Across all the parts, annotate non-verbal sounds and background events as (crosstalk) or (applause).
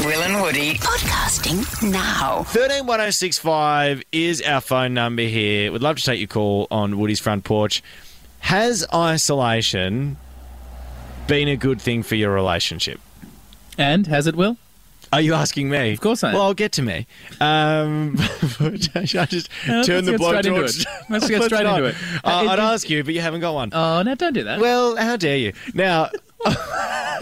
Will and Woody podcasting now. 131065 is our phone number here. We'd love to take your call on Woody's front porch. Has isolation been a good thing for your relationship? And has it will? Are you asking me? Of course I am. Well, I'll get to me. Um, (laughs) I just Uh, turn the let's get straight into blowtorch. it. Let's (laughs) get straight not. into it. Uh, Uh, it- I'd it- ask you, but you haven't got one. Oh no, don't do that. Well, how dare you? Now. (laughs) uh,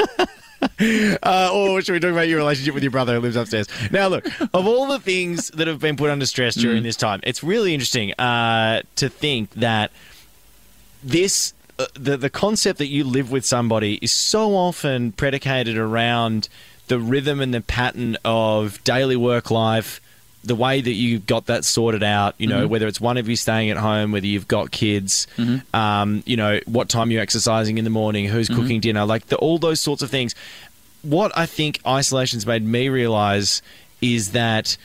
or should we talk about your relationship with your brother who lives upstairs? Now, look, of all the things that have been put under stress during this time, it's really interesting uh, to think that this. Uh, the the concept that you live with somebody is so often predicated around the rhythm and the pattern of daily work life, the way that you got that sorted out. You know, whether it's one of you staying at home, whether you've got kids, um, you know, what time you're exercising in the morning, who's cooking dinner, like the, all those sorts of things. What I think isolation's made me realize is that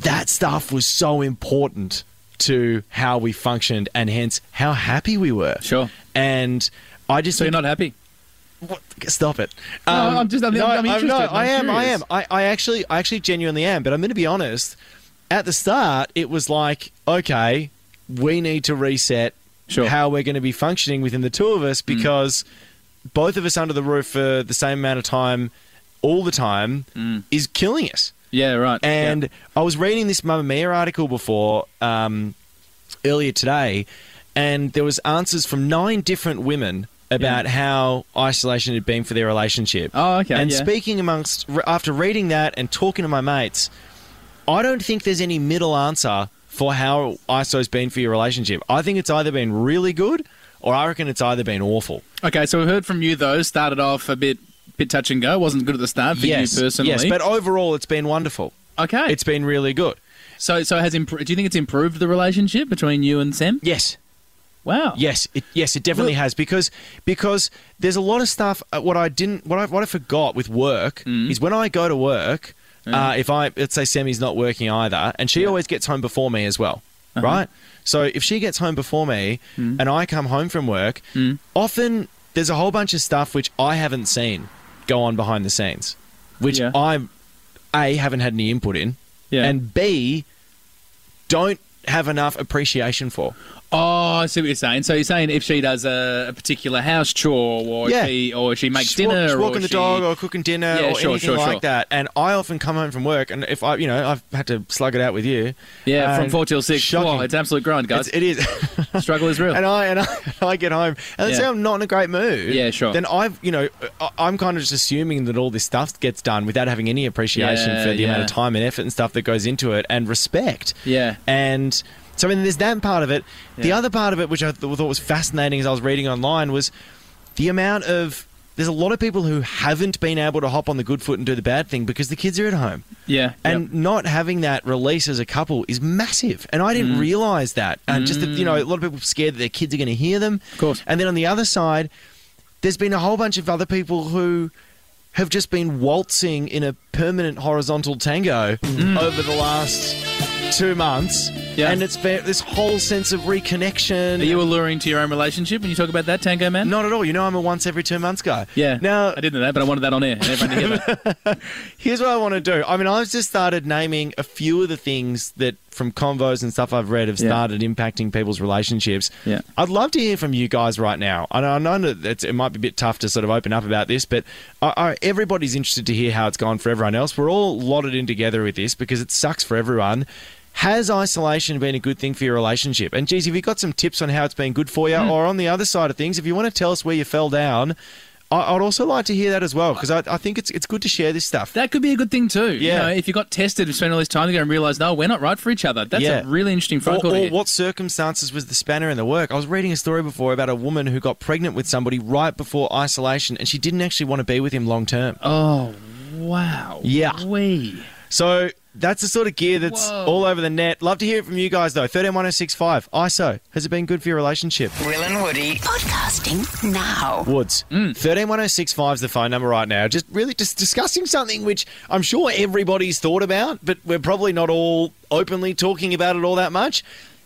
that stuff was so important to how we functioned and hence how happy we were. Sure. And I just so you're not happy? what, stop it. Um, No, I'm just- I'm- I'm interested. no, I'm I am. I curious. am. I, I actually, I actually genuinely am. But I'm going to be honest. At the start, it was like, okay, we need to reset Sure. Mm. how we're going to be functioning within the two of us because both of us under the roof for the same amount of time, all the time, Mm. is killing us. Yeah, right. And I was reading this Mamma Mia article before um, earlier today, and there was answers from nine different women about how isolation had been for their relationship. Oh, okay, And yeah. speaking amongst re- after reading that and talking to my mates, I don't think there's any middle answer for how ISO's been for your relationship. I think it's either been really good, or I reckon it's either been awful. Yeah. Okay, so we heard from you though. Started off a bit, bit touch and go. Wasn't good at the start for you personally. yes, but overall, it's been wonderful. okay. It's been really good. so so has impro- Do you think it's improved the relationship between you and Sam? Yes. Wow. Yes, it, yes, it definitely has because because there's a lot of stuff. Uh, what I didn't, what I what I forgot with work Mm. is when I go to work. Uh, if I let's say Semi's not working either, and she always gets home before me as well, Uh-huh. right? So if she gets home before me Mm. and I come home from work, often there's a whole bunch of stuff which I haven't seen go on behind the scenes, which Yeah. I a haven't had any input in, Yeah. and b don't have enough appreciation for. Oh, I see what you're saying. So you're saying if she does a, a particular house chore, or Yeah. she, or she makes She's walk- dinner, she's walking or the she- dog or cooking dinner Yeah, or sure, anything sure, like sure. that. And I often come home from work, and if I, you know, I've had to slug it out with you. yeah, from and four till six. Shocking. Whoa, it's absolute grind, guys. It's- it is. (laughs) Struggle is real. and I and I, (laughs) and I get home, and let's Yeah. say I'm not in a great mood. Yeah, sure. Then I've, you know, I- I'm kind of just assuming that all this stuff gets done without having any appreciation Yeah, for the amount of yeah. time and effort and stuff that goes into it, and respect. Yeah. And so, I mean, there's that part of it. The Yeah. other part of it, which I th- thought was fascinating as I was reading online, was the amount of. There's a lot of people who haven't been able to hop on the good foot and do the bad thing because the kids are at home. yeah, And yep. not having that release as a couple is massive. And I Mm. didn't realize that. And just, that, you know, a lot of people are scared that their kids are going to hear them. Of course. And then on the other side, there's been a whole bunch of other people who have just been waltzing in a permanent horizontal tango over the last two months. Mm. Yeah. And it's been this whole sense of reconnection. Are you alluring to your own relationship when you talk about that, Tango Man? not at all. You know, I'm a once every two months guy. Yeah. Now, I didn't know that, but I wanted that on air. and Everyone to hear (laughs) that. Here's what I want to do. I mean, I've just started naming a few of the things that from convos and stuff I've read have Yeah. started impacting people's relationships. Yeah. I'd love to hear from you guys right now. I know, I know that it's, it might be a bit tough to sort of open up about this, but I, I, everybody's interested to hear how it's gone for everyone else. We're all lotted in together with this because it sucks for everyone. Has isolation been a good thing for your relationship? And geez, if you've got some tips on how it's been good for you, Mm. or on the other side of things, if you want to tell us where you fell down, I- I'd also like to hear that as well because I, I think it's it's good to share this stuff. That could be a good thing too. Yeah. You know, if you got tested and spent all this time together and realised, no, we're not right for each other. That's Yeah. a really interesting phone Or, call. to or hear. what circumstances was the spanner in the work? I was reading a story before about a woman who got pregnant with somebody right before isolation, and she didn't actually want to be with him long term. Oh, wow. Yeah. Wee. So that's the sort of gear that's Whoa. all over the net. Love to hear it from you guys though. Thirteen one zero six five. ISO. Has it been good for your relationship? Will and Woody podcasting now. Woods. Thirteen one zero six five is the phone number right now. Just really just discussing something which I'm sure everybody's thought about, but we're probably not all openly talking about it all that much.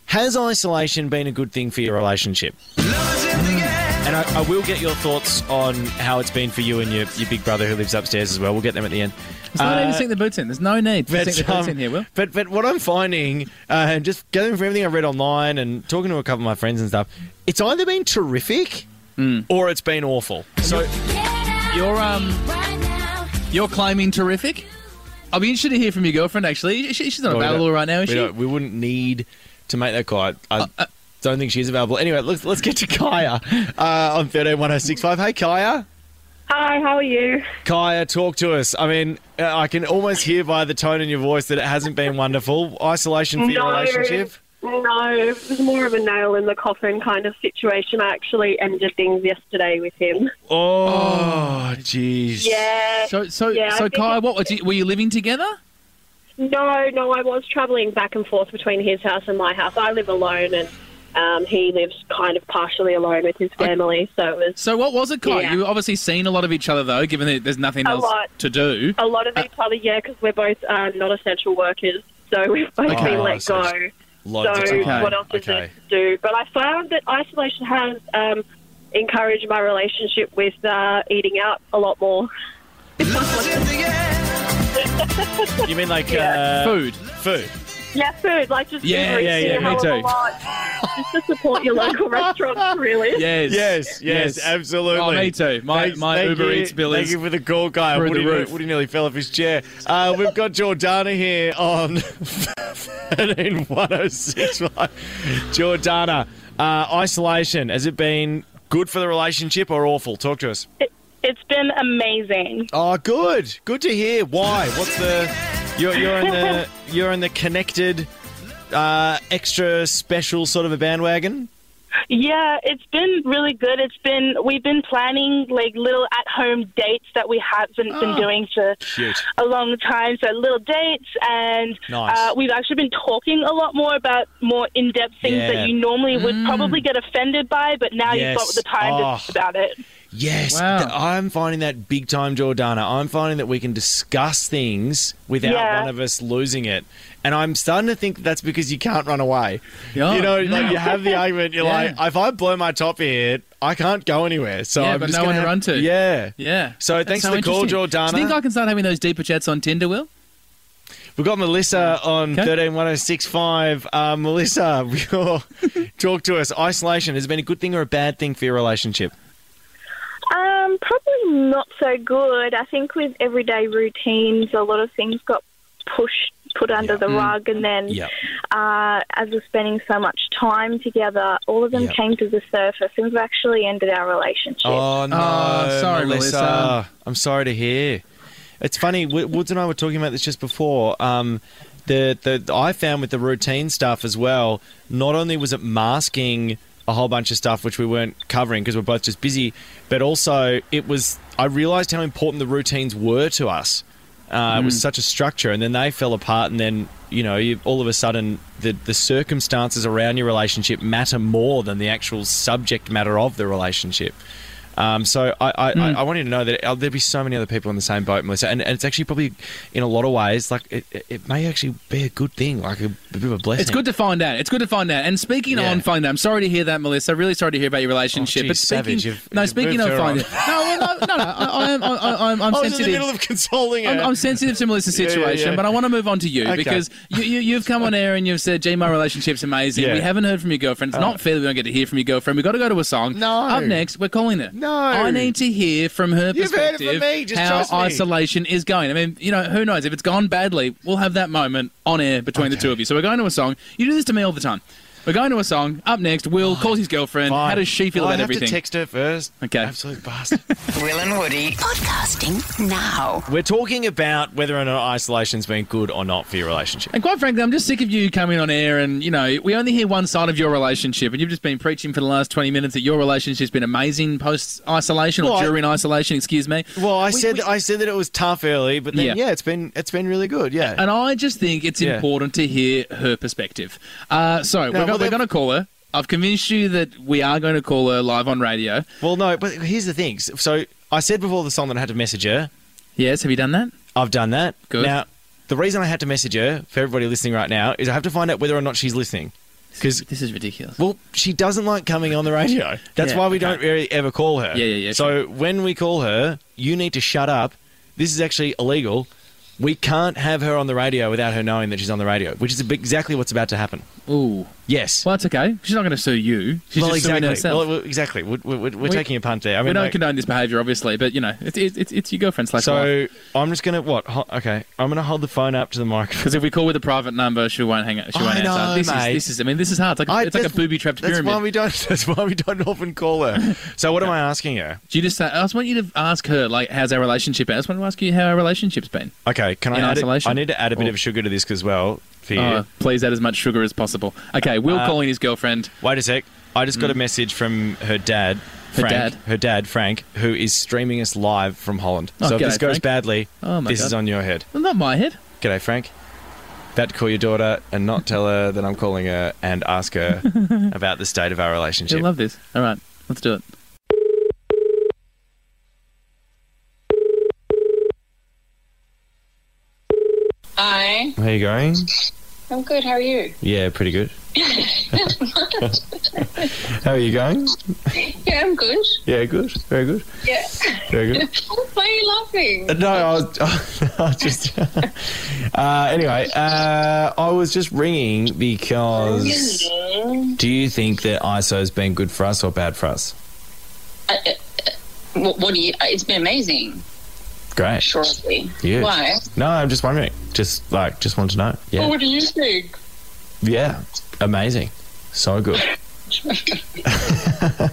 Has isolation been a good thing for your relationship? Lovers in the air, And I, I will get your thoughts on how it's been for you and your, your big brother who lives upstairs as well. We'll get them at the end. It's not Uh, even sink the boots in. There's no need to sink the boots um, in here, Will. But but what I'm finding, uh, and just gathering from everything I've read online and talking to a couple of my friends and stuff, it's either been terrific or it's been awful. So You're um, you're claiming terrific. I'll be interested to hear from your girlfriend. Actually, she, she's not Well, we available don't- right now, is we, she? Uh, don't- we wouldn't need to make that call. I, I don't think she's available. Anyway, let's let's get to Kaya uh, on thirteen one zero six five. Hey, Kaya. Hi, how are you? Kaya, talk to us. I mean, uh, I can almost hear by the tone in your voice that it hasn't been wonderful. Isolation for your No. relationship. No, it was more of a nail in the coffin kind of situation. I actually ended things yesterday with him. Oh, jeez. Yeah. So, so, Yeah, I so, think Kai, it- what was you, were you living together? No, no, I was travelling back and forth between his house and my house. I live alone and um, he lives kind of partially alone with his family, so it was So, what was it, Kai? Yeah. You obviously seen a lot of each other though, given that there's nothing A else lot. to do. a lot of each other, yeah, because we're both uh, not essential workers, so (laughs) we've both Okay. been Oh, let so go. it's- So Loads of time. what else is okay. there to do? But I found that isolation has um, encouraged my relationship with uh, eating out a lot more. You mean like uh, Food. food? Yeah, food, like just Yeah, increasing yeah, yeah, a me hell of a too. lot. just to support your local restaurants, really. Yes. Yes, yes, absolutely. Oh, me too. My Thanks- my thank Uber you- Eats bill Thank is you for the call, guy. through the Woody, roof. Woody nearly fell off his chair. Uh, we've got Jordana here on (laughs) 131065. Jordana, uh, isolation, has it been good for the relationship or awful? Talk to us. It's been amazing. Oh, good. Good to hear. Why? What's the. You're, you're, in, the, you're in the connected, uh, extra special sort of a bandwagon? Yeah, it's been really good. It's been we've been planning like little at-home dates that we haven't been doing for Cute. a long time. So little dates, and Nice. uh, we've actually been talking a lot more about more in-depth things Yeah. that you normally would probably get offended by, but now you've Yes. got the time Oh. to think about it. Yes, Wow. th- I'm finding that big time, Jordana. I'm finding that we can discuss things without Yeah. one of us losing it, and I'm starting to think that's because you can't run away. Yeah. You know, like you have the argument. You're Oh. (laughs) Yeah. like, if I blow my top here, I can't go anywhere. So Yeah, I'm but just no one gonna have- to run to. Yeah. Yeah. So That's thanks for the call, interesting. Jordana. Do you think I can start having those deeper chats on Tinder, Will? We've got Melissa on Okay. thirteen one zero six five. Uh, Melissa, (laughs) your- talk to us. Isolation has it been a good thing or a bad thing for your relationship? Um, probably not so good. I think with everyday routines, a lot of things got pushed, put under Yeah. Mm. the rug, and then uh, as we're spending so much time together, all of them Yeah. came to the surface, and we've actually ended our relationship. Oh no, Oh, sorry, Melissa. Melissa. I'm sorry to hear. It's funny. W- Woods and I were talking about this just before. Um, the, the the- I found with the routine stuff as well. Not only was it masking a whole bunch of stuff which we weren't covering because we're both just busy, but also it was. I realised how important the routines were to us. Uh, Mm. It was such a structure, and then they fell apart, and then you know, you, all of a sudden, the the circumstances around your relationship matter more than the actual subject matter of the relationship. Um, so I, I, Mm. I, I want you to know that uh, there'll be so many other people in the same boat, Melissa, and, and it's actually probably in a lot of ways like it, it- it may actually be a good thing, like a, bit of a blessing. It's good to find out. It's good to find out. And speaking Yeah. on finding out, I'm sorry to hear that, Melissa. Really sorry to hear about your relationship. Oh, but geez, speaking, savage. You've- no, you've speaking moved of her finding, on. no, well, no, no, no. I, I am, I, I, I'm, I'm I was sensitive. Oh, in the middle of consoling her. I'm, I'm sensitive to (laughs) Melissa's Yeah, yeah, situation, yeah. but I want to move on to you Okay. because you, you, you've come on air and you've said, gee, my relationship's amazing. Yeah. Oh. We haven't heard from your girlfriend. It's not fair that we don't get to hear from your girlfriend. We've got to go to a song. No. Up next, we're calling her. No. I need to hear from her You've heard it perspective from me. Just how trust me. isolation is going. I mean, you know, who knows? If it's gone badly, we'll have that moment on air between the two of you. So we're going to a song. You do this to me all the time. We're going to a song. Up next, Will calls his girlfriend. Oh, Fine. How does she feel Well, about I have everything? To text her first. Okay. Absolute bastard. Will and Woody. Podcasting now. (laughs) We're talking about whether or not isolation's been good or not for your relationship. And quite frankly, I'm just sick of you coming on air and, you know, we only hear one side of your relationship. And you've just been preaching for the last 20 minutes that your relationship's been amazing post isolation or Well, I- during isolation, excuse me. Well, I We- said we- I said that it was tough early, but then yeah, Yeah. Uh, it's been it's been really good. Yeah. And I just think it's Yeah. important to hear her perspective. Uh, so we're, well, go- we're that- going to call her. I've convinced you that we are going to call her live on radio. well, no, but here's the thing. So I said before the song that I had to message her. Yes, have you done that? I've done that. Good. Now, the reason I had to message her for everybody listening right now is I have to find out whether or not she's listening. because This is ridiculous. Well, she doesn't like coming on the radio. That's Yeah, why we okay. don't really ever call her. Yeah, yeah, yeah, So when we call her, you need to shut up. This is actually illegal. We can't have her on the radio without her knowing that she's on the radio, which is ab- exactly what's about to happen. Ooh. Yes. Well, it's okay. She's not going to sue you. She's well, just suing exactly. herself. Well, we- exactly. We're, we're, we're We- taking a punt there. I we mean, don't like- condone this behaviour, obviously, but you know, it's it's it's, it's your girlfriend slash wife. so I'm just gonna what? Ho- okay, I'm gonna hold the phone up to the microphone. Because if we call with a private number, she won't hang out. She I won't know, answer. This mate. is this is. I mean, this is hard. (laughs) It's like, I- it's like a that's- booby trapped That's pyramid. why we don't. (laughs) That's why we don't often call her. So what am I asking her? Do you just say? I just want you to ask her like, how's our relationship? I just want to ask you how our relationship's been. Okay, can I In add? A, isolation? I need to add a bit Or- of sugar to this as well. For you. Oh, please add as much sugar as possible. Okay, Will Uh, calling his girlfriend. Wait a sec. I just got a message from her dad. Mm. Her Frank, dad? Her dad, Frank, who is streaming us live from Holland. Oh, so if this g'day, goes Frank. badly, Oh, my this is God. on your head. Well, not my head. G'day, Frank. About to call your daughter and not tell her that I'm calling her and ask her about the state of our I relationship. love this. All right, let's do it. Hi, How you going? I'm good. How are you? Yeah, pretty good. (laughs) How are you going? Yeah, I'm good. Yeah, good. Very good. Yeah. Very good. Why are you laughing? Uh, No, I was, I was (laughs) just. uh, anyway, uh, I was just ringing because. Do you think that ISO's been good for us or bad for us? Uh, uh, uh, what, what do you? uh, It's been amazing, Great. surely. Yeah. Why? No, I'm just wondering. Just like, just want to know. Well, Yeah. what do (laughs) you think? (laughs) Yeah. Amazing. So good.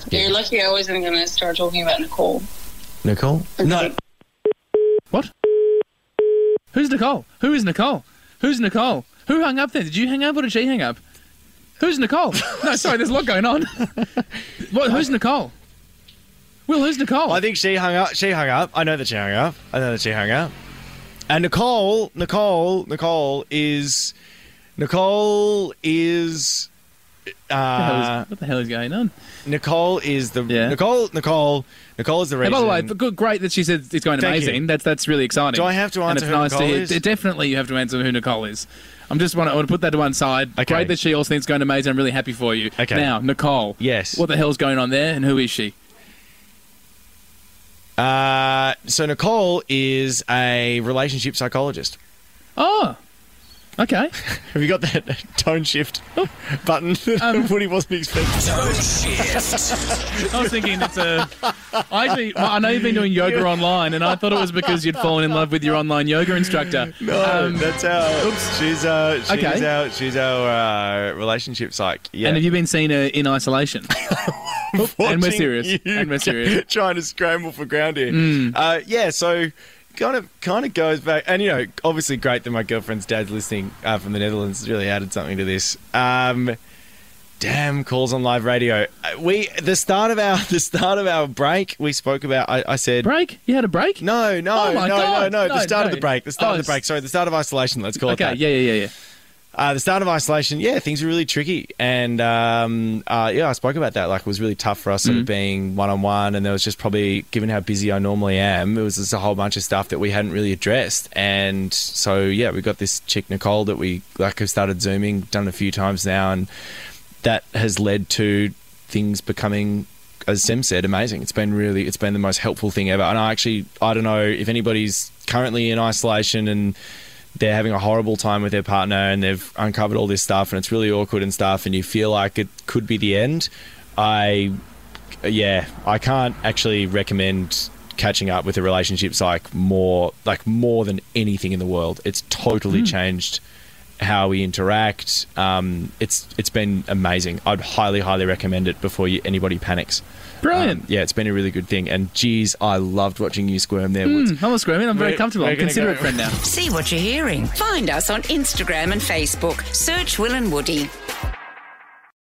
You're lucky I wasn't going to start talking about Nicole. Nicole? No. Who's Nicole? Who is Nicole? Who's Nicole? Who hung up then? Did you hang up or did she hang up? Who's Nicole? (laughs) no, sorry, there's a lot going on. what, who's Nicole? Will, who's Nicole? I think she hung up. She hung up. I know that she hung up. I know that she hung up. And Nicole, Nicole, Nicole is. Nicole is. What the Uh, hell is- what the hell is going on? Nicole is the Yeah. Nicole. Nicole. Nicole is the Hey, reason. by the way, good, great that she said it's going Thank amazing. you. That's that's really exciting. Do I have to And answer who it's nice Nicole to hear. is? d- Definitely, you have to answer who Nicole is. I'm just want to, I want to put that to one side. Okay. Great that she also thinks it's going amazing. I'm really happy for you. Okay. Now, Nicole. Yes. What the hell's going on there, and who is she? uh, so Nicole is a relationship psychologist. Oh, okay. Have you got that (laughs) tone shift button (laughs) that Um, Woody wasn't expecting? (laughs) I was thinking it's a. I actually, well, I know you've been doing (laughs) yoga online, and I thought it was because you'd fallen in love with your online yoga instructor. (laughs) No, Um, that's our. Oops. She's our. She's Okay. our. She's our uh, relationship psych. Yeah. And have you been seen her (laughs) in isolation? and we're watching serious. you And we're (laughs) serious. Mm. trying to scramble for ground here. Uh, yeah, so kind of kind of goes back, and you know, obviously great that my girlfriend's dad's listening uh, from the Netherlands has really added something to this. Um, damn calls on live radio. Uh, We the start of our (laughs) the start of our break we spoke about. I, I said. Break? You had a break? No, no, Oh my no, no, God. no, The No, start of no. the break. The start Oh, of the it's- break. Sorry, the start of isolation. Let's call it Okay. that. Yeah. Yeah. Yeah. Yeah. Uh, the start of isolation, yeah, things were really tricky, and um, uh, yeah, I spoke about that. Like, it was really tough for us, sort of being one on one, and there was just probably, given how busy I normally am, it was just a whole bunch of stuff that we hadn't really addressed, and so yeah, we got this chick Nicole that we like have started zooming, done a few times now, and that has led to things becoming as Sim said, amazing. It's been really, it's been the most helpful thing ever. And I actually, I don't know if anybody's currently in isolation and they're having a horrible time with their partner and they've uncovered all this stuff and it's really awkward and stuff and you feel like it could be the end. I, yeah, I can't actually recommend catching up with a relationship psych more, like more than anything in the world. It's totally changed how we interact. Um, it's it's been amazing. I'd highly, highly recommend it before you, anybody panics. Brilliant. Um, yeah, it's been a really good thing. And geez, I loved watching you squirm there. Woods. Mm, I'm not screaming. I'm very We're- comfortable. we're I'm gonna considerate go. friend now. See what you're hearing. Find us on Instagram and Facebook. Search Will and Woody.